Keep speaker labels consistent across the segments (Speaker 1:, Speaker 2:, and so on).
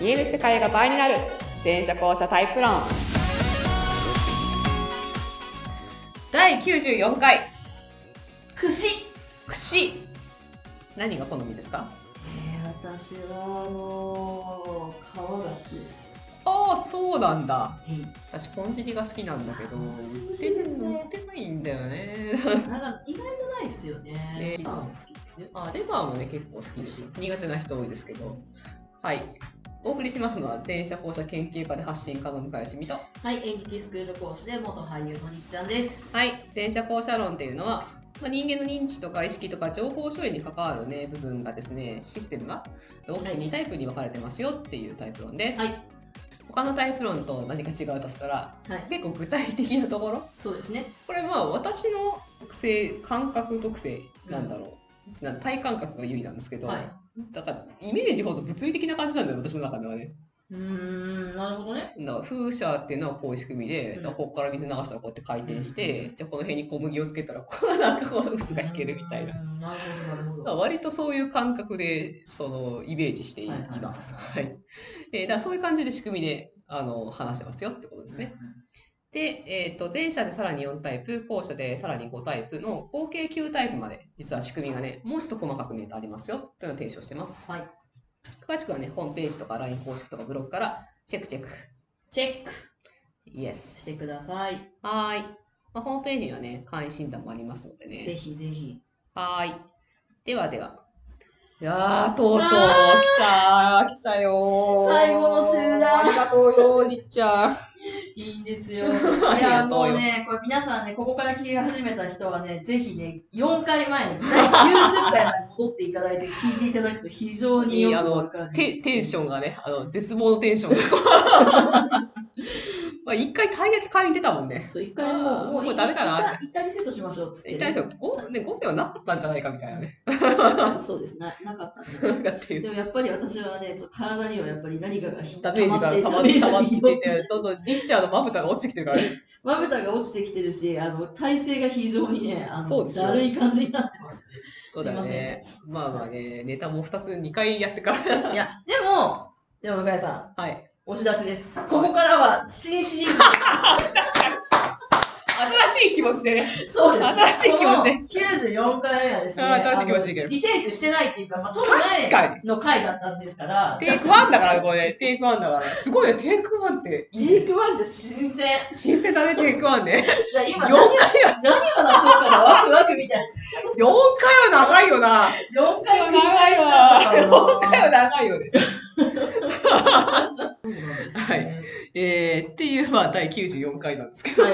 Speaker 1: 見える世界が倍になる全車交差タイプ論第94回
Speaker 2: 串
Speaker 1: 串何が好みですか
Speaker 2: えー私はあのー、皮が好きです
Speaker 1: ああそうなんだ
Speaker 2: えい
Speaker 1: 私ポンチリが好きなんだけど売っ
Speaker 2: しいです
Speaker 1: て
Speaker 2: ね
Speaker 1: 売ってないんだよね
Speaker 2: なんか意外とないっすよね
Speaker 1: ね
Speaker 2: 皮も好きですよ
Speaker 1: あレバーもね結構好きです苦手な人多いですけどはいお送りしますのは全社放射研究家で発信家の向井しみと
Speaker 2: はい演劇スクール講師で元俳優のにっちゃんです
Speaker 1: はいい、前者後者論っていうのは、まあ、人間の認知とか意識とか情報処理に関わるね部分がですねシステムが大きく2タイプに分かれてますよっていうタイプ論です、
Speaker 2: はい
Speaker 1: 他のタイプ論と何か違うとしたら
Speaker 2: はい
Speaker 1: 結構具体的なところ
Speaker 2: そうですね
Speaker 1: これまあ私の性感覚特性なんだろう、な体感覚が優位なんですけど、
Speaker 2: はい
Speaker 1: だからイメージほど物理的な感じなんだよ私の中ではね
Speaker 2: うーんなるほどね
Speaker 1: だから風車っていうのはこういう仕組みで、
Speaker 2: う
Speaker 1: だ
Speaker 2: ん
Speaker 1: からここから水流したらこうやって回転して、
Speaker 2: う
Speaker 1: じゃあこの辺に小麦をつけたらこうなんかこう渦が引けるみたいな、
Speaker 2: うーんなるほどなるほ
Speaker 1: まあ、
Speaker 2: ど
Speaker 1: 割とそういう感覚でそのイメージしています。はいえーだからそういう感じで仕組みであの話してますよってことですね。で、えー、と前者でさらに4タイプ後者でさらに5タイプの合計9タイプまで実は仕組みがねもうちょっと細かく見えてありますよというのを提唱してます。
Speaker 2: はい
Speaker 1: 詳しくはねホームページとか LINE 公式とかブログからチェックチェック。
Speaker 2: チェック
Speaker 1: イエス
Speaker 2: してください
Speaker 1: はーい。まあ、ホームページにはね、会員診断もありますのでね。
Speaker 2: ぜひぜひ
Speaker 1: はーい。ではでは。いやー、とうとう来
Speaker 2: あ
Speaker 1: たー、来たよー。
Speaker 2: 最後の集団
Speaker 1: ありがとうよー、りっちゃん。
Speaker 2: いいんですよ。い
Speaker 1: り
Speaker 2: や、
Speaker 1: がとう
Speaker 2: も
Speaker 1: よ
Speaker 2: うね、これ皆さんね、ここから聞き始めた人はね、ぜひね、4回前、第90回まで戻っていただいて、聞いていただくと非常によ
Speaker 1: あ
Speaker 2: く
Speaker 1: の
Speaker 2: わかるん
Speaker 1: テ、
Speaker 2: ですけど
Speaker 1: テンションがね、あの、絶望のテンションが。 まあ、一回、たい焼き買いに出たもんね。
Speaker 2: そう、一回も
Speaker 1: あー
Speaker 2: う、もう
Speaker 1: もうダメだな
Speaker 2: 一旦一旦リセットしましょうっつってね、
Speaker 1: 一体そう、5、ね、5世はなかったんじゃないかみたいなね。
Speaker 2: そうですね、なかったんで。
Speaker 1: なんかっていう。
Speaker 2: でもやっぱり私はね、ちょっと体にはやっぱり何かが
Speaker 1: ダメージが溜まって、溜まっていて、どんどんリッチャーのまぶたが落ちてきてるからね。
Speaker 2: まぶたが落ちてきてるし、あの、体勢が非常にね、あ
Speaker 1: そう
Speaker 2: の、
Speaker 1: ですよ
Speaker 2: だるい感じになってますね。
Speaker 1: そうだよね。まあまあね、ネタも2つ、2回やってから。
Speaker 2: いや、でも、でも向井さ ん、
Speaker 1: はい。
Speaker 2: お知らせです。ここからは新シリーズ。
Speaker 1: 新しい気持ちでね。
Speaker 2: そうです。
Speaker 1: 新しい気持ちね
Speaker 2: この94回目はですね、
Speaker 1: あー新しい気持ちでいける
Speaker 2: あのリテイクしてないっていうか、まあ、撮る
Speaker 1: 確
Speaker 2: 前
Speaker 1: かに。
Speaker 2: の回だったんですから、
Speaker 1: テイクワンだから、これ。テイクワンだから。すごいね、テイクワンって。
Speaker 2: テイクワンって新鮮。
Speaker 1: 新鮮だね、テイクワンね。
Speaker 2: じゃあ今
Speaker 1: 4
Speaker 2: 何、何話そうかな、ワクワクみたい
Speaker 1: 回は長いよな。
Speaker 2: な。4回繰り返しだったからな。
Speaker 1: 4回は長いよね。
Speaker 2: そうなんですよ
Speaker 1: は
Speaker 2: ね
Speaker 1: えー、っていう、まあ、第94回なんですけど。
Speaker 2: はい。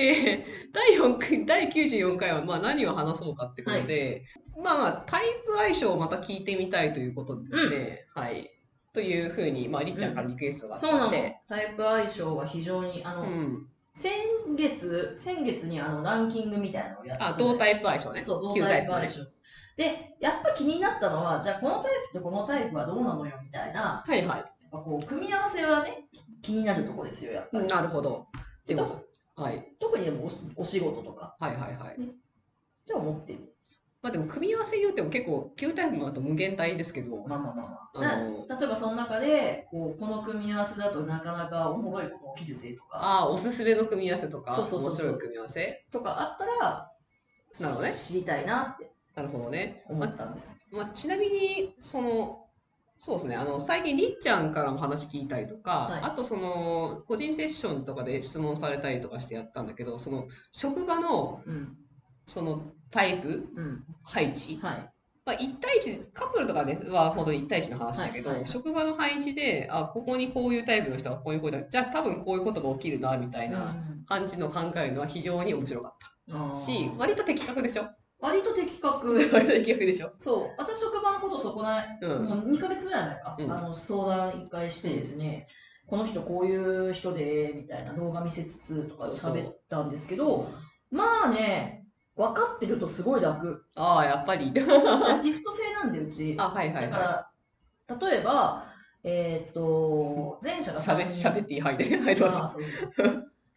Speaker 1: えー、第4回、第94回は、まあ、何を話そうかってことで、まあまあ、タイプ相性をまた聞いてみたいということでですね。はい。というふうに、まあ、りっちゃんからリクエストがあった
Speaker 2: そうな
Speaker 1: の
Speaker 2: の
Speaker 1: で。。
Speaker 2: タイプ相性は非常に、あの、
Speaker 1: うん。
Speaker 2: 先月、先月にあの、ランキングみたいなのをやって
Speaker 1: あ、同タイプ相性ね。
Speaker 2: そう、同
Speaker 1: 旧
Speaker 2: タイプ
Speaker 1: の
Speaker 2: あ
Speaker 1: ね
Speaker 2: るでしょ。で、やっぱ気になったのは、じゃあこのタイプとこのタイプはどうなのよみたいな、やっ
Speaker 1: はいは
Speaker 2: ぱこう、組み合わせはね、気になるとこですよ、やっぱり。
Speaker 1: い。なるほど。でも、はい。
Speaker 2: 特にでもおしお仕事とか、
Speaker 1: はいはいはい。
Speaker 2: って思ってる。
Speaker 1: まあでも、組み合わせ言うても結構、旧タイプもあと無限大ですけど、
Speaker 2: まあまあまあまあ。
Speaker 1: あ
Speaker 2: な
Speaker 1: の
Speaker 2: 例えばその中でこう、この組み合わせだとなかなかおもろいこと起きるぜとか、
Speaker 1: ああ、おすすめの組み合わせとか、
Speaker 2: そうそうそう
Speaker 1: 面
Speaker 2: そう
Speaker 1: 白い組み合わせ。
Speaker 2: とかあったら、
Speaker 1: なるほどね
Speaker 2: 知りたいなって
Speaker 1: なるほどね。
Speaker 2: 思ったんです。
Speaker 1: まあ、ちなみに、その、そうですね、あの、最近、りっちゃんからも話聞いたりとか、
Speaker 2: はい
Speaker 1: あと、その、個人セッションとかで質問されたりとかしてやったんだけど、その、職場の、
Speaker 2: うん。
Speaker 1: その、タイプ、
Speaker 2: うん。
Speaker 1: 配置
Speaker 2: はい。
Speaker 1: まあ、1対1、カップルとかね、は本当に1対1の話だけど、
Speaker 2: はいはいはい
Speaker 1: 職場の配置で、あ、ここにこういうタイプの人はこういうこうだ、じゃあ多分こういうことが起きるな、みたいな感じの考えるのは非常に面白かっ
Speaker 2: うん
Speaker 1: たし、割と的確でしょ
Speaker 2: 割と的確。
Speaker 1: 割と的確でしょ
Speaker 2: そう、私、職場のことそこない。
Speaker 1: うん。
Speaker 2: もう2ヶ月ぐらい前か、
Speaker 1: うん
Speaker 2: あの相談1回してですね、この人こういう人でみたいな動画見せつつとか
Speaker 1: そうそう
Speaker 2: 喋ったんですけどまあね分かってるとすごい楽
Speaker 1: ああ、やっぱり。
Speaker 2: でシフト制なんでうち
Speaker 1: あ、はいは
Speaker 2: だ
Speaker 1: い
Speaker 2: か
Speaker 1: は
Speaker 2: ら例えばえーっと前者
Speaker 1: い。
Speaker 2: が
Speaker 1: しゃべ、しゃべっていい 範囲でね、入って
Speaker 2: あ
Speaker 1: ま
Speaker 2: あ
Speaker 1: す。
Speaker 2: そうそうそう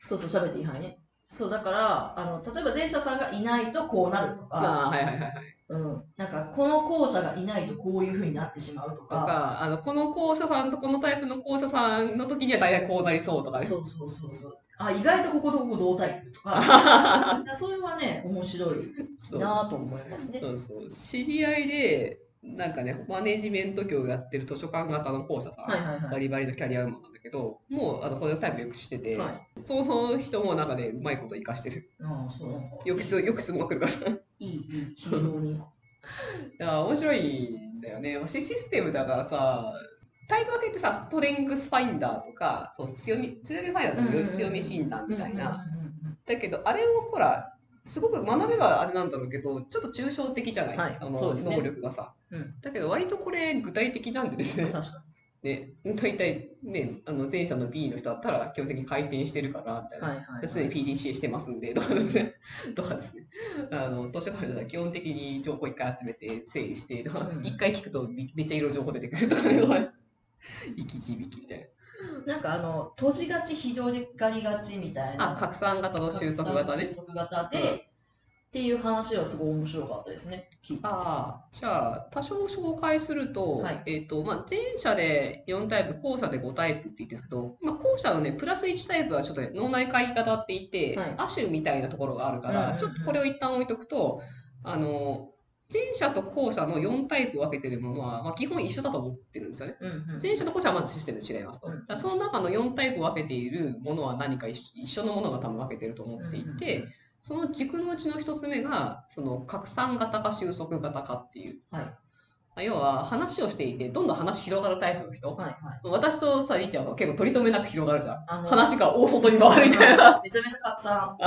Speaker 2: そうそう喋っていい範囲ねそうだからあの例えば前者さんがいないとこうなるとか、
Speaker 1: ああ、はいはいはいはい。
Speaker 2: うん、なんかここの校舎がいないとこういうふうになってしまうと
Speaker 1: と
Speaker 2: か、
Speaker 1: か、あの、この校舎さんとこのタイプの校舎さんの時には大体こうなりそうとかね。
Speaker 2: そうそうそうそう。あ、意外とこことここ同タイプ とか、
Speaker 1: そ
Speaker 2: それはね、面白い。
Speaker 1: う
Speaker 2: なぁと思いますね
Speaker 1: そうそう。知り合いで、なんかね、マネジメント業をやってる図書館型の校舎さん、
Speaker 2: はいはいは
Speaker 1: バ
Speaker 2: い。
Speaker 1: リバリのキャリアウーマンなんだけど、もう、あの、このタイプよく知ってて、
Speaker 2: はい、
Speaker 1: その人もなんかね、うまいこと活かしてる。
Speaker 2: ああ、そうなんか。
Speaker 1: よくす、よくすぐまくるから。
Speaker 2: いい、いい、非常に。
Speaker 1: いや面白いんだよね。シシステムだからさ、タイプ分けってさ、ストレングスファインダーとか、そう強み、強みファインダーと
Speaker 2: うんうんう
Speaker 1: か
Speaker 2: ん
Speaker 1: 強み診断みたいな。
Speaker 2: うんうんうんうん
Speaker 1: だけど、あれをほら、すごく学べばあれなんだろうけど、ちょっと抽象的じゃない、
Speaker 2: はい
Speaker 1: あ
Speaker 2: そう
Speaker 1: の
Speaker 2: ですね
Speaker 1: 能力がさ、
Speaker 2: うん
Speaker 1: だけど、割とこれ具体的なんでですね
Speaker 2: 確。か
Speaker 1: ね、大体ね、あの前者の B の人だったら基本的に回転してるから、みたい
Speaker 2: に。
Speaker 1: な。
Speaker 2: はいはいはい。
Speaker 1: 要するに PDCA してますんで、とかですね。 とかですね。あの、図書館では基本的に情報一回集めて整理して、とか
Speaker 2: うん
Speaker 1: 一回聞くとめめっちゃいろいろ情報出てくるとかね。 生き字引きみたい
Speaker 2: なんかあの、閉じがち、広がりがちみたい
Speaker 1: な。
Speaker 2: な。
Speaker 1: あ、拡散型の収束型ね
Speaker 2: 収。束型で、
Speaker 1: うん
Speaker 2: っていう話はすごい面白かったですね。聞いてて
Speaker 1: ああ、じゃあ、多少紹介すると、
Speaker 2: はい
Speaker 1: えっと、まあ、前者で4タイプ、後者で5タイプって言ってるんですけど、まあ、後者のね、プラス1タイプはちょっとね、脳内解型って言って、
Speaker 2: はい
Speaker 1: 亜種みたいなところがあるか
Speaker 2: うんうんう
Speaker 1: ら、
Speaker 2: ん
Speaker 1: ちょっとこれを一旦置いとくと、あの、前者と後者の4タイプ分けてるものは、まあ、基本一緒だと思ってるんですよね。
Speaker 2: うんうん
Speaker 1: 前者と後者はまずシステムで違いますと。
Speaker 2: うん
Speaker 1: だからその中の4タイプ分けているものは何か一緒一緒のものが多分分けてると思っていて、
Speaker 2: うんうん
Speaker 1: その軸のうちの一つ目が、その拡散型か収束型かっていう。
Speaker 2: はい
Speaker 1: まあ要は話をしていて、どんどん話広がるタイプの人。
Speaker 2: はいはい。
Speaker 1: 私とさ、りーちゃんは結構取り留めなく広がるじゃん。
Speaker 2: あの
Speaker 1: 話が大外に回るみたい な。
Speaker 2: めちゃめちゃ拡散。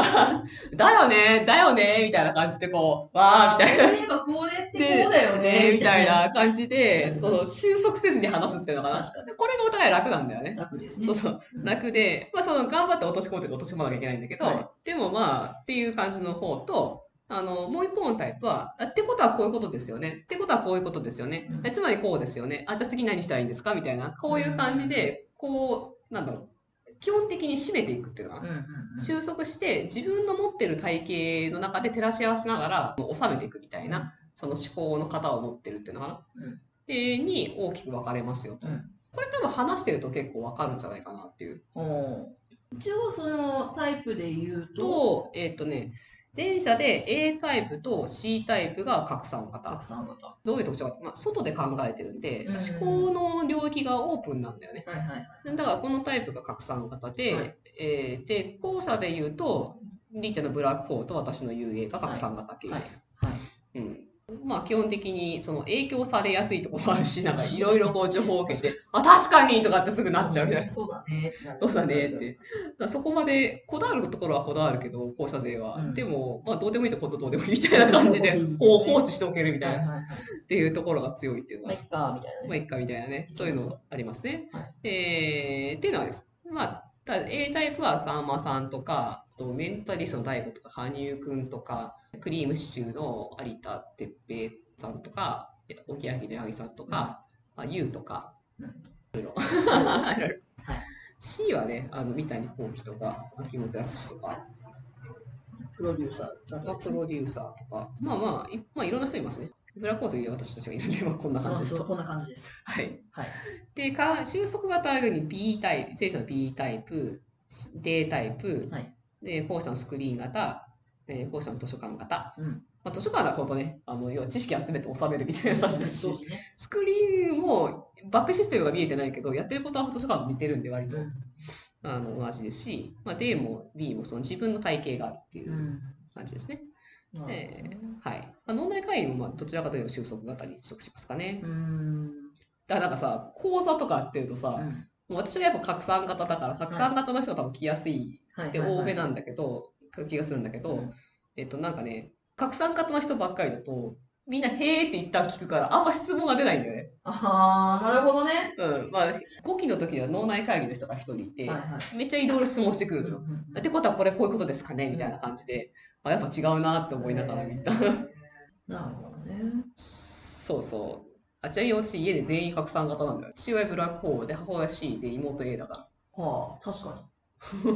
Speaker 1: だよね、だよね、みたいな感じでこう、わー、みたいな。
Speaker 2: そういえばこうねってこうだよね
Speaker 1: ね、みたいな感じ
Speaker 2: う
Speaker 1: で、
Speaker 2: ん
Speaker 1: その収束せずに話すっていうのかな。
Speaker 2: 確かに
Speaker 1: でこれがお互い楽なんだよね。
Speaker 2: 楽ですね
Speaker 1: そう。そう。
Speaker 2: うん
Speaker 1: 楽で、まあ、その頑張って落とし込んで落とし込まなきゃいけないんだけど、
Speaker 2: はい
Speaker 1: でもまあっていう感じの方とあのもう一方のタイプはあってことはこういうことですよねってことはこういうことですよね、
Speaker 2: うん
Speaker 1: えつまりこうですよねあじゃあ次何したらいいんですかみたいなこういう感じでこうなんだろう基本的に締めていくっていうのか
Speaker 2: うん
Speaker 1: な
Speaker 2: うんうん
Speaker 1: 収束して自分の持ってる体系の中で照らし合わせながら収めていくみたいな、その思考の型を持ってるっていうのかな、
Speaker 2: うん
Speaker 1: えーに大きく分かれますよと、
Speaker 2: うん
Speaker 1: これ多分話してると結構分かるんじゃないかなっていう
Speaker 2: おー一応そのタイプで言うと、
Speaker 1: と、えっ、とね、前者で A タイプと C タイプが拡散型
Speaker 2: 拡。散型。は
Speaker 1: どういう特徴か、まあ、外で考えてるんで、
Speaker 2: うん
Speaker 1: 思考の領域がオープンなんだよね。
Speaker 2: いはいはい。
Speaker 1: だからこのタイプが拡散型で、
Speaker 2: はい
Speaker 1: えーで、後者で言うと、リーチャのブラックホールと私の UA が拡散型系
Speaker 2: はい
Speaker 1: です。
Speaker 2: はい
Speaker 1: うんまあ基本的にその影響されやすいところもあるし、なんか
Speaker 2: そう
Speaker 1: い
Speaker 2: そう
Speaker 1: ろいろこう情報を受けて、あ、確かにとかってすぐなっちゃうみたいな。
Speaker 2: そうだね。
Speaker 1: そうだねって。だからそこまでこだわるところはこだわるけど、校舎税は。
Speaker 2: うん
Speaker 1: でも、まあどうでもいいとことどうでもいいみたいな感じで、こう放置しておけるみ
Speaker 2: は
Speaker 1: た
Speaker 2: い
Speaker 1: い
Speaker 2: はい
Speaker 1: な。
Speaker 2: はい。
Speaker 1: っていうところが強いっていうの
Speaker 2: まあ、
Speaker 1: は、
Speaker 2: いっか、みたいな
Speaker 1: まあ
Speaker 2: ね。
Speaker 1: 一回みたいなね、そういうのありますね。
Speaker 2: はい
Speaker 1: えーっていうのはあります。まあ、ただ A タイプはさんまさんとか、あとメンタリストの大悟とか、羽生くんとか、クリームシチューの有田哲平さんとか、沖明の矢作さんとか、まあ、ゆうとか、いろいろ C はね、あの三谷幸喜とか、秋元康とか、
Speaker 2: プロデューサーだ
Speaker 1: まあ
Speaker 2: と
Speaker 1: プロデューサーとか、まあまあ、い,、まあ、いろんな人いますね。ブラックホールという私たちがいるんで、まあ、こんな感じです
Speaker 2: そうこんな感じです。
Speaker 1: はい。
Speaker 2: はい
Speaker 1: で、か収束型はように B タイプ、前者の B タイプ、D タイプ、
Speaker 2: はい
Speaker 1: で後者のスクリーン型、えー、後者の図書館型。
Speaker 2: うん。
Speaker 1: まあ、図書館だほどね、あの要は知識集めて収めるみたいな話だし
Speaker 2: そう、ですね。
Speaker 1: スクリーンもバックシステムが見えてないけど、やってることは図書館似てるんで、割と、
Speaker 2: うん。
Speaker 1: あの同じですし、まあ、D も B もその自分の体系があるっていううん感じですね。
Speaker 2: まあ
Speaker 1: えーはい。まあ、脳内会議もまあどちらかというと収束型に属しますかね
Speaker 2: う。ん。
Speaker 1: だからなんかさ、講座とかやってるとさ、
Speaker 2: うん
Speaker 1: もう私はやっぱ拡散型だから、拡散型の人は多分来やすい
Speaker 2: はい
Speaker 1: で、多めなんだけど、気がするんだけど、えっとなんかね、拡散型の人ばっかりだと、みんなへーって一旦聞くから、あんま質問が出ないんだよね。
Speaker 2: ああ、なるほどね。
Speaker 1: うん。まあ、5期の時には脳内会議の人が一人いて、
Speaker 2: はいはい。
Speaker 1: めっちゃいろいろ質問してくる
Speaker 2: う
Speaker 1: のよ。
Speaker 2: んうんうん
Speaker 1: っ てことはこれこういうことですかねみたいな感じで、あ、やっぱ違うなって思いながら見た。
Speaker 2: えー なるほどね。
Speaker 1: そうそう。あ、ちなみに私家で全員拡散型なんだよ。父親ブラックホールで、母親 C で妹 A だから。
Speaker 2: はあ、確かに。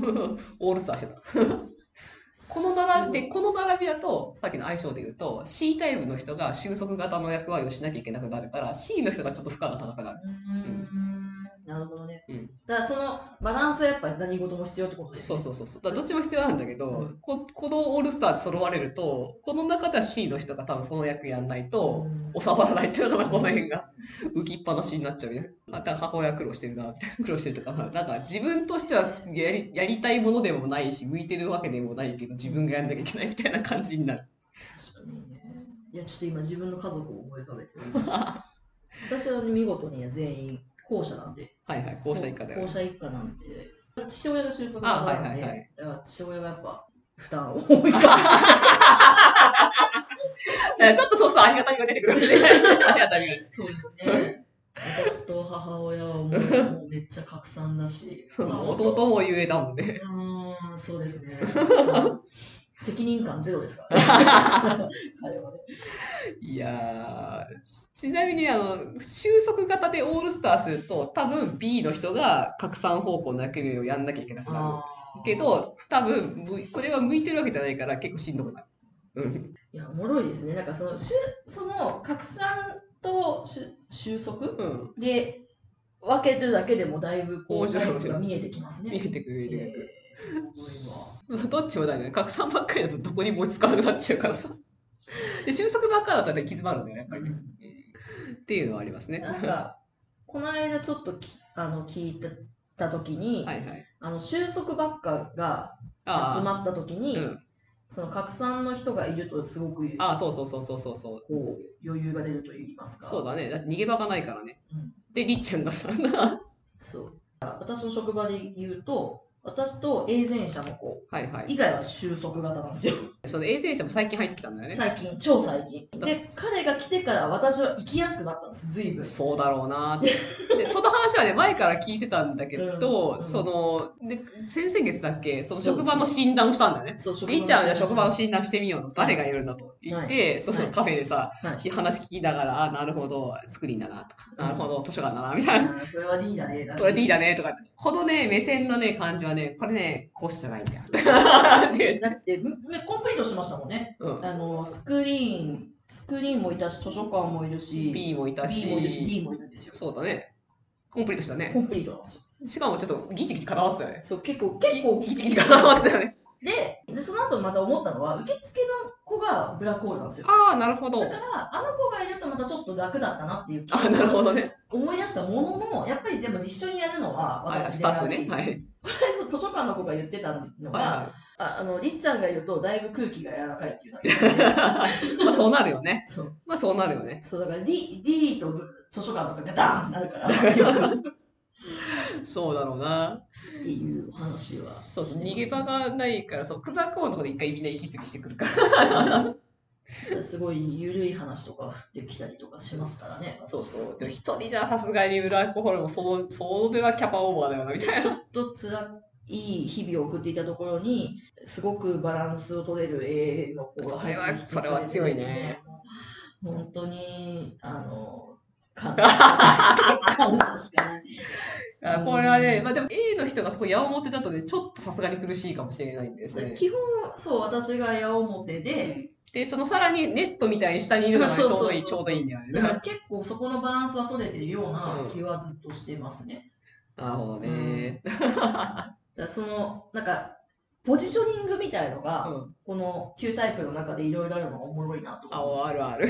Speaker 1: オールスターしてた。この並び、
Speaker 2: すご
Speaker 1: でこの並びだと、さっきの相性で言うと、C タイプの人が収束型の役割をしなきゃいけなくなるから、C の人がちょっと負荷が高くなる。
Speaker 2: うんなるほどね。
Speaker 1: うん
Speaker 2: だからそのバランスはやっぱ何事も必要ってことです
Speaker 1: そ
Speaker 2: ね。
Speaker 1: うそうそうそう。だからどっちも必要なんだけど、
Speaker 2: うん
Speaker 1: ここのオールスターで揃われると、この中では C の人が多分その役やんないと、
Speaker 2: うん
Speaker 1: 収まらないっていうのかな、この辺が。浮きっぱなしになっちゃうね。また母親苦労してるな、みたいな。 苦労してるとか、まあなんか自分としてはすげえやりやりたいものでもないし、向いてるわけでもないけど、自分がやんなきゃいけないみたいな感じになる。
Speaker 2: 確かにね。いや、ちょっと今自分の家族を思い浮かべております 私は、ね、見事に全員後者なんで。
Speaker 1: はいはい、校舎以下だよね
Speaker 2: 後。者一家なんで。父親が収束型なんで、
Speaker 1: あはいはいはい
Speaker 2: だから父親がやっぱ負担多いかも しれない。
Speaker 1: えちょっとそうそう、ありがたみが出てくるかもしれない。 ありがたみが。。
Speaker 2: そうですね。私と母親はもうもうめっちゃ拡散だし
Speaker 1: まあ 弟もゆえだもんね。
Speaker 2: うーん、そうですね。そう責任感ゼロですからね。 彼はね。
Speaker 1: いやー、ちなみに、あの、収束型でオールスターすると、多分 B の人が拡散方向の役目をやんなきゃいけなくなる。けど、多分、むこれは向いてるわけじゃないから、結構しんどくなる。うん。
Speaker 2: いや、おもろいですね。なんかその、しゅその拡散としゅ収束
Speaker 1: うん。
Speaker 2: で分けてるだけでもだいぶこ
Speaker 1: 面
Speaker 2: う、
Speaker 1: 白い
Speaker 2: タイプが見えてきますね。
Speaker 1: 見えてくる、見えてくる。
Speaker 2: えーす
Speaker 1: どっちもだよね。拡散ばっかりだとどこにも落ち着かなくなっちゃう からさ。で、収束ばっかりだったらね、行き詰まるんだよね、やっぱ
Speaker 2: ごい
Speaker 1: り
Speaker 2: わ
Speaker 1: ね。っていうのはあります ね。
Speaker 2: なんか、この間ちょっときあの聞いてた時に、
Speaker 1: はいはい。
Speaker 2: あの収束ばっかが
Speaker 1: あー
Speaker 2: 集まった時に、
Speaker 1: うん。
Speaker 2: その拡散の人がいるとすごく
Speaker 1: ああ、そうそうそうそうそうそう。
Speaker 2: こう余裕が出ると言いますか。
Speaker 1: そうだね。だって逃げ場がないからね。
Speaker 2: うん
Speaker 1: で、りっちゃんがさ、
Speaker 2: そう私の職場で言うと、私と永前者の子
Speaker 1: はいはい。
Speaker 2: 以外は収束型なんですよ。
Speaker 1: その永遠者も最近入ってきたんだよね。
Speaker 2: 最近、超最近。
Speaker 1: だ
Speaker 2: で、彼が来てから私は生きやすくなったんです、随分。
Speaker 1: そうだろうなってで、その話はね、前から聞いてたんだけど、
Speaker 2: うんうん
Speaker 1: その、で、先々月だっけ、その
Speaker 2: そう
Speaker 1: 職場の診断をしたんだよね。
Speaker 2: そう、職
Speaker 1: りっちゃんはじゃあ職場の診断してみようと、誰がいるんだと言って、そのカフェでさ、
Speaker 2: はい
Speaker 1: 話聞きながら、あ、なるほど、スクリーンだなとか、なるほど、図書館だな、みたいな。
Speaker 2: うんこれは D だね。
Speaker 1: これ D
Speaker 2: だ
Speaker 1: だね、とか。このね、目線のね、感じはね、これね、こうじゃないんだよ。 って
Speaker 2: だって、むむコンプリートしましたもんね。
Speaker 1: うん。
Speaker 2: あの、スクリーン、スクリーンもいたし、図書館もいるし、
Speaker 1: B もいた
Speaker 2: B もいるし、D もいるんですよ。
Speaker 1: そうだね。コンプリートしたね
Speaker 2: コ。ンプリートなんですよ。
Speaker 1: しかもちょっとギチギチ固まってたよね。
Speaker 2: そう、結構、結構、
Speaker 1: ギチギチ固まってたよね。
Speaker 2: でで、その後また思ったのは、受付の子がブラックホールなんですよ。
Speaker 1: ああ、なるほど
Speaker 2: だか。ら、あの子がいるとまたちょっと楽だったなっていう気
Speaker 1: ああ、なる
Speaker 2: が
Speaker 1: ほど ね。
Speaker 2: 思い出したものの、やっぱりでも一緒にやるのは
Speaker 1: あ
Speaker 2: 私
Speaker 1: ス
Speaker 2: で
Speaker 1: タ
Speaker 2: あ
Speaker 1: ッフ
Speaker 2: り
Speaker 1: ね。はい。
Speaker 2: そう図書館の子が言ってたのが、
Speaker 1: は
Speaker 2: ああのりっちゃんがいるとだいぶ空気が柔らかいっていうのが
Speaker 1: いはい。まあそうなるよ ね。
Speaker 2: そう
Speaker 1: まあそうなるよね。
Speaker 2: そうだから D, D と図書館とかガタンってな るからっ
Speaker 1: そうだろうな。
Speaker 2: ていうお話は
Speaker 1: そう
Speaker 2: してま
Speaker 1: 逃げ
Speaker 2: した
Speaker 1: 場がないから、そう、クバコのとこで一回みんな息継ぎしてくるから。
Speaker 2: すごい緩い話とか降ってきたりとかしますからね
Speaker 1: そうそう。でも一人じゃさすがにブラックホールも、その、それはキャパオーバーだよな、みたいな。
Speaker 2: ちょっと辛い日々を送っていたところにすごくバランスを取れる A の子が入ってきて
Speaker 1: それはそれは強いね
Speaker 2: もう本当にあの感謝しかない感謝しかない
Speaker 1: あこれはね、まあでも A の人がそこ矢面だとね、ちょっとさすがに苦しいかもしれないんですね。
Speaker 2: 基本そう私が矢面で、
Speaker 1: で、そのさらにネットみたいに下にいるのがねちょ
Speaker 2: そう
Speaker 1: う
Speaker 2: そう
Speaker 1: ど
Speaker 2: そう
Speaker 1: いい、ち
Speaker 2: そ
Speaker 1: ょ
Speaker 2: う
Speaker 1: うどいいんだよね
Speaker 2: だ。から結構そこのバランスは取れてるような気はずっとしてますね。
Speaker 1: なるほどね。
Speaker 2: だからそのなんかポジショニングみたいのが、
Speaker 1: うん
Speaker 2: この9タイプの中でいろいろあるのがおもろいなと
Speaker 1: あ、
Speaker 2: か
Speaker 1: おあるあ る。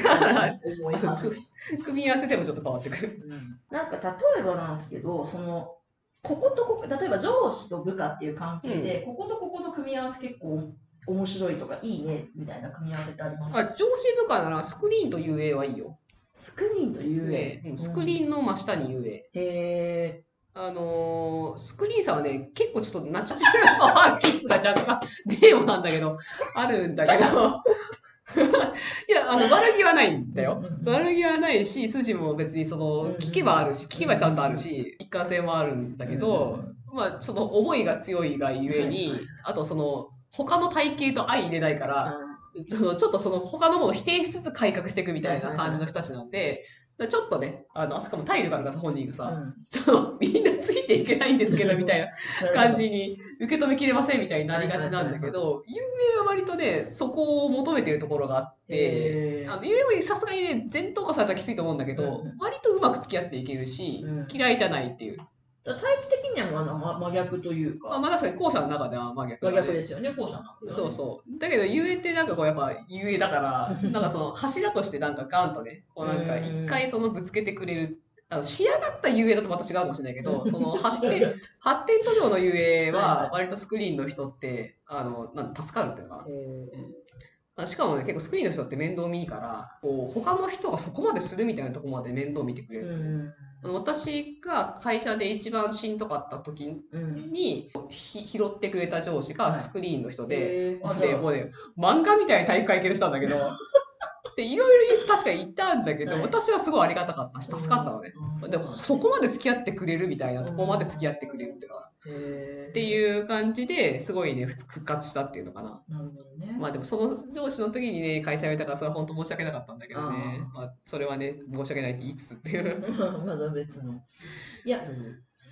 Speaker 2: 思い始めて、
Speaker 1: 組み合わせでもちょっと変わってくる。
Speaker 2: なんか例えばなんですけどそのこことここ例えば上司と部下っていう関係で、こことここの組み合わせ結構面白いとかいいねみたいな組み合わせってあります
Speaker 1: あ、上司部下ならスクリーンと UA はいいよ。
Speaker 2: スクリーンと UA、
Speaker 1: うんスクリ
Speaker 2: ン
Speaker 1: ーンの真下に UA。
Speaker 2: へ
Speaker 1: あのー、スクリーンさんはね、結構ちょっとなっちゃってるキスが若干、デーモなんだけど、あるんだけど。 いや、あの、悪気はないん
Speaker 2: ー
Speaker 1: だよ。
Speaker 2: うん
Speaker 1: 悪気はないし筋も別にその
Speaker 2: うん
Speaker 1: 聞けばあるし聞けばちゃんとあるし一貫性もあるんだけど、まあその思いが強いがゆえに、
Speaker 2: はいはい
Speaker 1: あとその他の体型と相入れないから、
Speaker 2: あ
Speaker 1: そのちょっとその他のものを否定しつつ改革していくみたいな感じの人たちなんで、ちょっとね、あの、あそこもタイルがあるからさ、本人が
Speaker 2: う
Speaker 1: さ、
Speaker 2: ん
Speaker 1: そのみんなついていけないんですけど、みたいな
Speaker 2: なるほど
Speaker 1: 感じに受け止めきれませんみたいになりがちなんだけど、ゆうえは割とね、そこを求めてるところがあって、
Speaker 2: へー
Speaker 1: あの、ゆうえもさすがにね、全投下されたらきついと思うんだけど
Speaker 2: うんうん、
Speaker 1: 割とうまく付き合っていけるし
Speaker 2: うん、
Speaker 1: 嫌いじゃないっていう。
Speaker 2: タイプ的にはまあま真逆という
Speaker 1: まあ、
Speaker 2: か、
Speaker 1: まあ確かに後者の中では真逆
Speaker 2: 真
Speaker 1: だね
Speaker 2: 逆ですよね、後者なんだよね
Speaker 1: そうそう。だけど、遊泳ってなんかこう、やっぱ遊泳だから、なんかその柱としてなんかガンとね、こうなんか一回そのぶつけてくれる。あの仕上がった遊泳だとまた違うかもしれないけど、その発 展、発展途上の遊泳
Speaker 2: はいは
Speaker 1: はい割とスクリーンの人って、あの、なんだ助かるっていうのかな
Speaker 2: へー
Speaker 1: あ。しかもね、結構スクリーンの人って面倒見いいから、こう、他の人がそこまでするみたいなとこまで面倒見てくれる。
Speaker 2: うん
Speaker 1: あの私が会社で一番しんどかった時
Speaker 2: うん
Speaker 1: に、ひ拾ってくれた上司がスクリーンの人で、
Speaker 2: へーあじゃ
Speaker 1: で、
Speaker 2: あ
Speaker 1: もうね、漫画みたいに体育会系でしたんだけ ど、で、いろいろ言う人確かにいたんだけど、
Speaker 2: はい
Speaker 1: 私はすごいありがたかったし、助かったのね。
Speaker 2: うんあそう
Speaker 1: でも、そこまで付き合ってくれるみたいなとこまで付き合ってくれるっていうのは、
Speaker 2: へー
Speaker 1: っていう感じですごいね、ふつ復活したっていうのかな。
Speaker 2: なるほどね。
Speaker 1: まあでも、その上司の時にね、会社辞めたから、それは本当申し訳なかったんだけどね。
Speaker 2: あ
Speaker 1: まあ、それはね、申し訳ないって言いつつっていう。
Speaker 2: まだ別の。いや、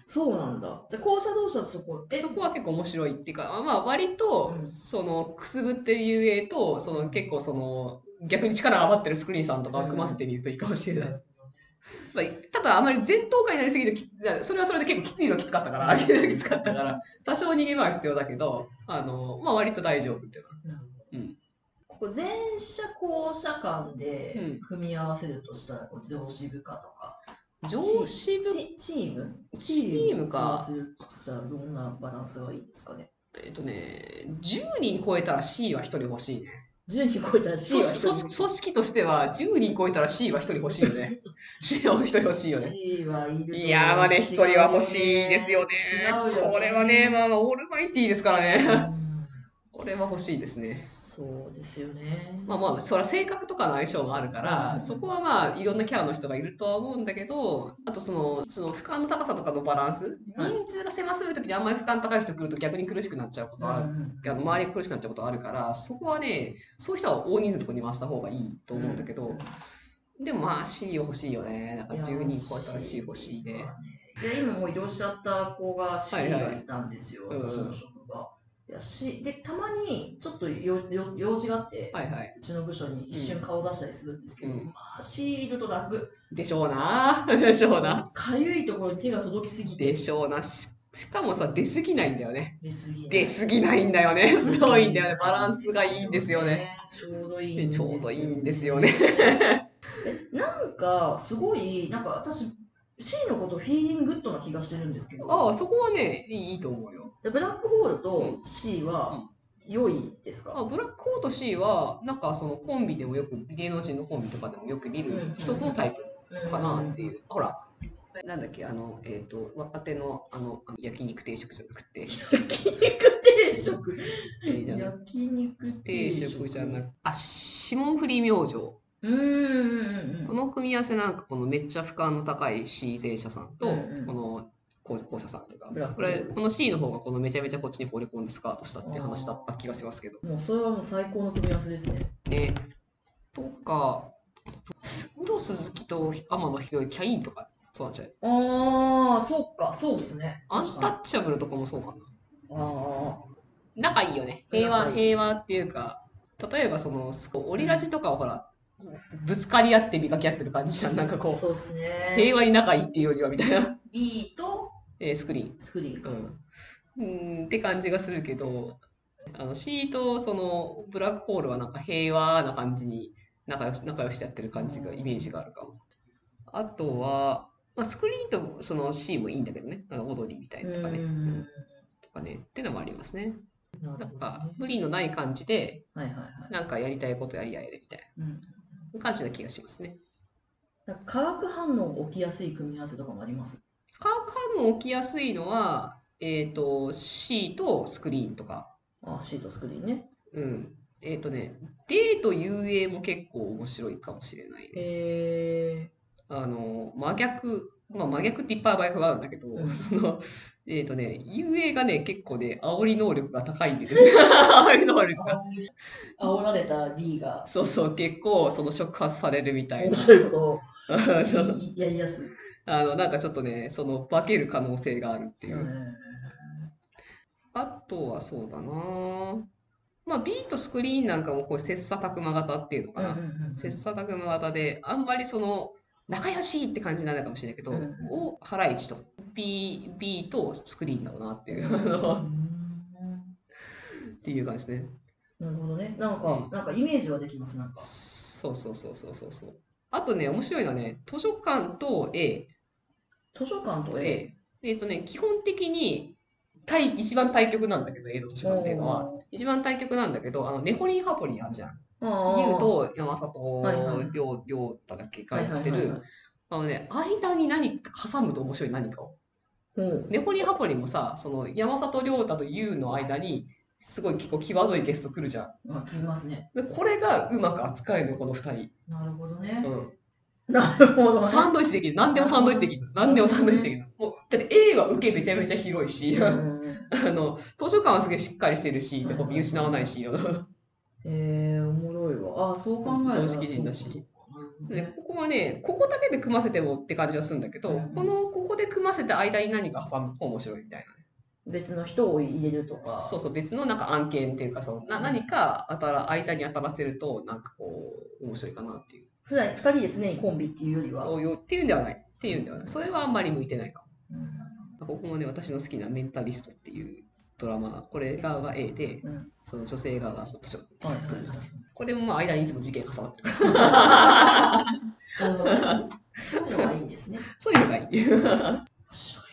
Speaker 2: そうなんだ。じゃあ、校舎同士はそこ。
Speaker 1: そこは結構面白いっていうか、まあ割と
Speaker 2: う、ん
Speaker 1: その、くすぶってる遊泳と、その結構その、逆に力が余ってるスクリーンさんとかを組ませてみるといいかもしれない。まあ、ただあまり前頭下になりすぎるときそれはそれで結構きついのきつかったから、上げるの きつかったから、多少逃げ場は必要だけど、あの、まあ割と大丈夫っていうのは。
Speaker 2: なるほど
Speaker 1: うん
Speaker 2: ここ前者後者間
Speaker 1: う
Speaker 2: で
Speaker 1: ん
Speaker 2: 組み合わせるとしたら、こっちで推し部下とか、
Speaker 1: 上司部、
Speaker 2: チチーム
Speaker 1: チームか
Speaker 2: チームとしたらどんなバランスがいいですかね。
Speaker 1: えっとね、10人超えたら C は1人欲しいね。
Speaker 2: 10人超えたら C は
Speaker 1: 組
Speaker 2: 一
Speaker 1: 織
Speaker 2: 人
Speaker 1: 組織組織としては10人超えたら C は1人欲しいよね。C は1人欲しいよね。
Speaker 2: C はいると思う
Speaker 1: いやーまあね、一人は欲しいですよね。
Speaker 2: 違うよ
Speaker 1: これはね、まあまあ、オールマイティーですからね。
Speaker 2: うん
Speaker 1: これは欲しいですね。
Speaker 2: そうですよね。
Speaker 1: まあまあ、そら性格とかの相性もあるから、
Speaker 2: うん
Speaker 1: そこはまあ、いろんなキャラの人がいるとは思うんだけど、あとその、その、俯瞰の高さとかのバランス、
Speaker 2: はい
Speaker 1: 人数が狭すぎるときにあんまり俯瞰高い人来ると逆に苦しくなっちゃうことある。
Speaker 2: うん
Speaker 1: あの周りが苦しくなっちゃうことあるから、そこはね、そういう人は大人数のとこに回した方がいいと思うんだけど、でもまあ C 欲しいよね。なんか10人超えたら C 欲しいね。
Speaker 2: で今もう移動しちゃった子が C
Speaker 1: はいはい
Speaker 2: がいたんですよ、
Speaker 1: うん
Speaker 2: 私の職場。いや C でたまにちょっとよよ用事があって、
Speaker 1: はいはいう
Speaker 2: ちの部署に一瞬顔出したりするんですけど、
Speaker 1: うん
Speaker 2: まあ C いると楽。
Speaker 1: でしょうな でしょうな。
Speaker 2: かゆいところに手が届きすぎて、
Speaker 1: でしょうな。ししかもさ、出すぎないんだよね。
Speaker 2: 出すぎない
Speaker 1: 出すぎないんだよ ね。すごいんだよね。バランスがいいんですよね。。
Speaker 2: ちょうどいいん
Speaker 1: で
Speaker 2: です
Speaker 1: ち
Speaker 2: よ
Speaker 1: ょうどいいんですよね。
Speaker 2: なんか、すごい、なんか私、C のことフィーリングッドな気がしてるんですけど、
Speaker 1: ああ、そこはね、いいいいと思うよ。
Speaker 2: でブラックホールと C は良いですか、
Speaker 1: あブラックホールと C は、なんかそのコンビでもよく、芸能人のコンビとかでもよく見る
Speaker 2: うん
Speaker 1: 一つのタイプかなって
Speaker 2: う
Speaker 1: いう。ほら。なんだっけあの、えっ、と、若手の、あの、あの焼肉定食じゃなく て、
Speaker 2: ん。焼肉定食。
Speaker 1: えーじゃなくて
Speaker 2: 焼肉
Speaker 1: 定
Speaker 2: 定食
Speaker 1: 食じゃなくあ、霜降り明星。
Speaker 2: うーん
Speaker 1: この組み合わせなんかこのめっちゃ俯瞰の高い C 前者さんと、
Speaker 2: うんうん
Speaker 1: この後後者さんというか
Speaker 2: ブラック
Speaker 1: これこの C の方がこのめちゃめちゃこっちに放り込んでスカートしたっていう話だった気がしますけど。
Speaker 2: もうそれはもう最高の組み合わせですね。
Speaker 1: ね、とかウド鈴木と天野ひろゆきキャインとかそうなんちゃう
Speaker 2: ああ、そうか、そうですね。
Speaker 1: アンタッチャブルとかもそうかな。
Speaker 2: ああ、
Speaker 1: 仲いいよね平和
Speaker 2: 仲いい
Speaker 1: 平和っていうか例えばそのすオリラジとかはほらぶつかり合って磨き合ってる感じじゃんなんかこう
Speaker 2: そうですね。
Speaker 1: 平和に仲いいっていうよりはみたいな、
Speaker 2: B と
Speaker 1: えースクリーン。
Speaker 2: スクリーンか。
Speaker 1: うん、うんって感じがするけどあのシーとそのブラックホールはなんか平和な感じに仲良し仲良しやってる感じがイメージがあるかも。あとは、まあ、スクリーンとそのシーもいいんだけどねあのオードリーみたいなとかね。
Speaker 2: うー
Speaker 1: うん
Speaker 2: ん
Speaker 1: とかねってのもありますね。
Speaker 2: なるほど
Speaker 1: な
Speaker 2: ね
Speaker 1: んか無理のない感じで
Speaker 2: はいはいはい。
Speaker 1: なんかやりたいことやり合えるみたい
Speaker 2: うん
Speaker 1: な感じな気がしますね。
Speaker 2: なんか化学反応起きやすい組み合わせとかもあります。
Speaker 1: 化学反応起きやすいのは、えー、と C とスクリーンとか。
Speaker 2: あー C とスクリーンね。
Speaker 1: うん。えっ、とね、デート遊泳も結構面白いかもしれないね。
Speaker 2: え
Speaker 1: あの、真逆、まあ真逆っていっぱいバイクがあるんだけど、
Speaker 2: うん
Speaker 1: その、えっ、とね、遊泳がね、結構ね、煽り能力が高いんで ですね。煽り能力が。
Speaker 2: ー、煽られた D が
Speaker 1: そうそう、結構その触発されるみたい
Speaker 2: 面
Speaker 1: な。
Speaker 2: 白いことを
Speaker 1: あの、
Speaker 2: いやりやすい。
Speaker 1: あのなんかちょっとね、その化ける可能性があるっていう。あとはそうだなぁまあ B とスクリーンなんかもこう切磋琢磨型っていうのかな。切磋琢磨型で、あんまりその、仲良しって感じにならないかもしれないけど、
Speaker 2: うんうん
Speaker 1: をハライチと B、B とスクリーンだろうなって いう、っていう感じですね。
Speaker 2: なるほどね。なんか、なんかイメージはできます、なんか。
Speaker 1: そうそうそうそうそうそう。あとね、面白いのはね、図書館と A。
Speaker 2: 図書館と A。
Speaker 1: A。えっとね、基本的に、対、一番対局なんだけど、A の図書館っていうのは、一番対局なんだけど、あの、ネコリンハポリンあるじゃん。
Speaker 2: お
Speaker 1: ニ
Speaker 2: ー、
Speaker 1: ュー
Speaker 2: う
Speaker 1: と山里
Speaker 2: はいはい
Speaker 1: 亮亮太だっけ
Speaker 2: ん
Speaker 1: がやってる。。あのね、間に何か挟むと面白い何かを。
Speaker 2: うん。
Speaker 1: ネホリハポリもさ、その山里亮太と U の間に、すごい結構際どいゲスト来るじゃん。
Speaker 2: あ、切りますね。
Speaker 1: でこれがうまく扱えるの、この二人。
Speaker 2: なるほどね。
Speaker 1: うん
Speaker 2: なるほどね。
Speaker 1: サンドイッチできる。何でもサンドイッチできる。何でもサンドイッチできる。もう、だって A は受けめちゃめちゃ広いし、
Speaker 2: う
Speaker 1: あ
Speaker 2: んうん
Speaker 1: の、図書館はすげえしっかりしてるし、とか見失わないし、
Speaker 2: えー、おもろいわ。あ、そう考えたら
Speaker 1: 常識人だし
Speaker 2: そうかそうかなるほど
Speaker 1: で、
Speaker 2: ね
Speaker 1: ここはね、ここだけで組ませてもって感じはするんだけど、
Speaker 2: うん
Speaker 1: この、ここで組ませて間に何か挟むと面白いみたい
Speaker 2: 別の人を入れるとか
Speaker 1: な。。そうそう、別のなんか案件っていうか、そのな何か当たら、間に当たらせると、なんかこう、面白いかなっていう。
Speaker 2: 普段二人で常にコンビっていうよりは。
Speaker 1: およっていうんではない。っていうんではない。それはあんまり向いてないか
Speaker 2: うん
Speaker 1: も。ここもね、私の好きなメンタリストっていうドラマ、これ側が A で、
Speaker 2: うん
Speaker 1: その女性側がホットショットって
Speaker 2: はいいうはい
Speaker 1: 組み合わせ。これもまあ間にいつも事件挟まって る。
Speaker 2: なるほどねそういうのがいいんですね。
Speaker 1: そういうのがいい。
Speaker 2: 面白い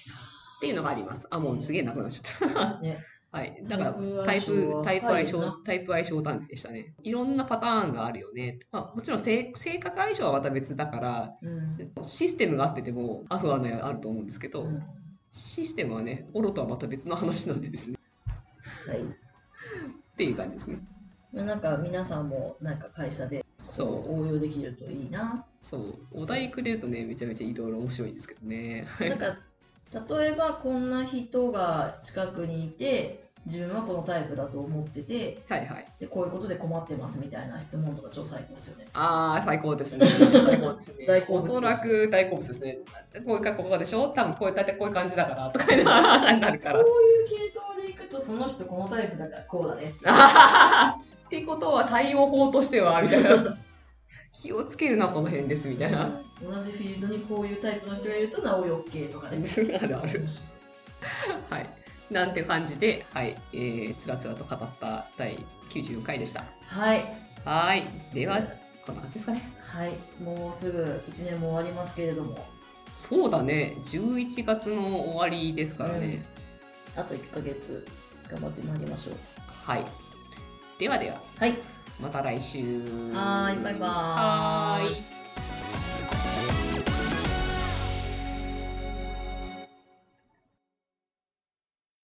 Speaker 1: っていうのがあります。あ、もうすげえなくなっちゃった。
Speaker 2: ね
Speaker 1: はい。だから、タ
Speaker 2: タ
Speaker 1: イ
Speaker 2: イ
Speaker 1: プ
Speaker 2: プ、
Speaker 1: タイプ相
Speaker 2: 相性は深いですな
Speaker 1: 性、タイプ相性談義でしたね。いろんなパターンがあるよね。まあ、もちろん性性格相性はまた別だから、
Speaker 2: うん
Speaker 1: システムがあっててもアフはね、あると思うんですけど、
Speaker 2: うん
Speaker 1: システムはね、オロとはまた別の話なんでですね。
Speaker 2: はい
Speaker 1: っていう感じですね。
Speaker 2: まあなんか皆さんもなんか会社で
Speaker 1: そう。
Speaker 2: 応用できるといいな。
Speaker 1: そう。お題くれるとね、めちゃめちゃいろいろ面白いんですけどね。
Speaker 2: なんか例えばこんな人が近くにいて自分はこのタイプだと思ってて
Speaker 1: はいはい。
Speaker 2: でこういうことで困ってますみたいな質問とか超最高ですよね。
Speaker 1: ああ、最高です ね。最高ですね。
Speaker 2: 大好物です
Speaker 1: おそらく大好物ですね。こういう格好でしょ多分こういう、大体こういう感じだから、とかになるか
Speaker 2: そ う
Speaker 1: ら。
Speaker 2: いう系統でいくとその人このタイプだからこうだね。
Speaker 1: あはははってことは対応法としては、みたいな。 気をつけるな、この辺です、みたいな。
Speaker 2: 同じフィールドにこういうタイプの人がいるとなおよっけとか
Speaker 1: あ
Speaker 2: ね。
Speaker 1: る ある。はい。なんて感じで、はい。えー、つらつらと語った第94回でした。
Speaker 2: はい。
Speaker 1: はーい。では、こんな感じですかね。
Speaker 2: はい、もうすぐ1年も終わりますけれども、
Speaker 1: そうだね。11月の終わりですからね。
Speaker 2: あと1ヶ月頑張ってまいりましょう。
Speaker 1: はい。ではでは。
Speaker 2: はい、
Speaker 1: また来週。
Speaker 2: はーいバイバーイ
Speaker 1: はーい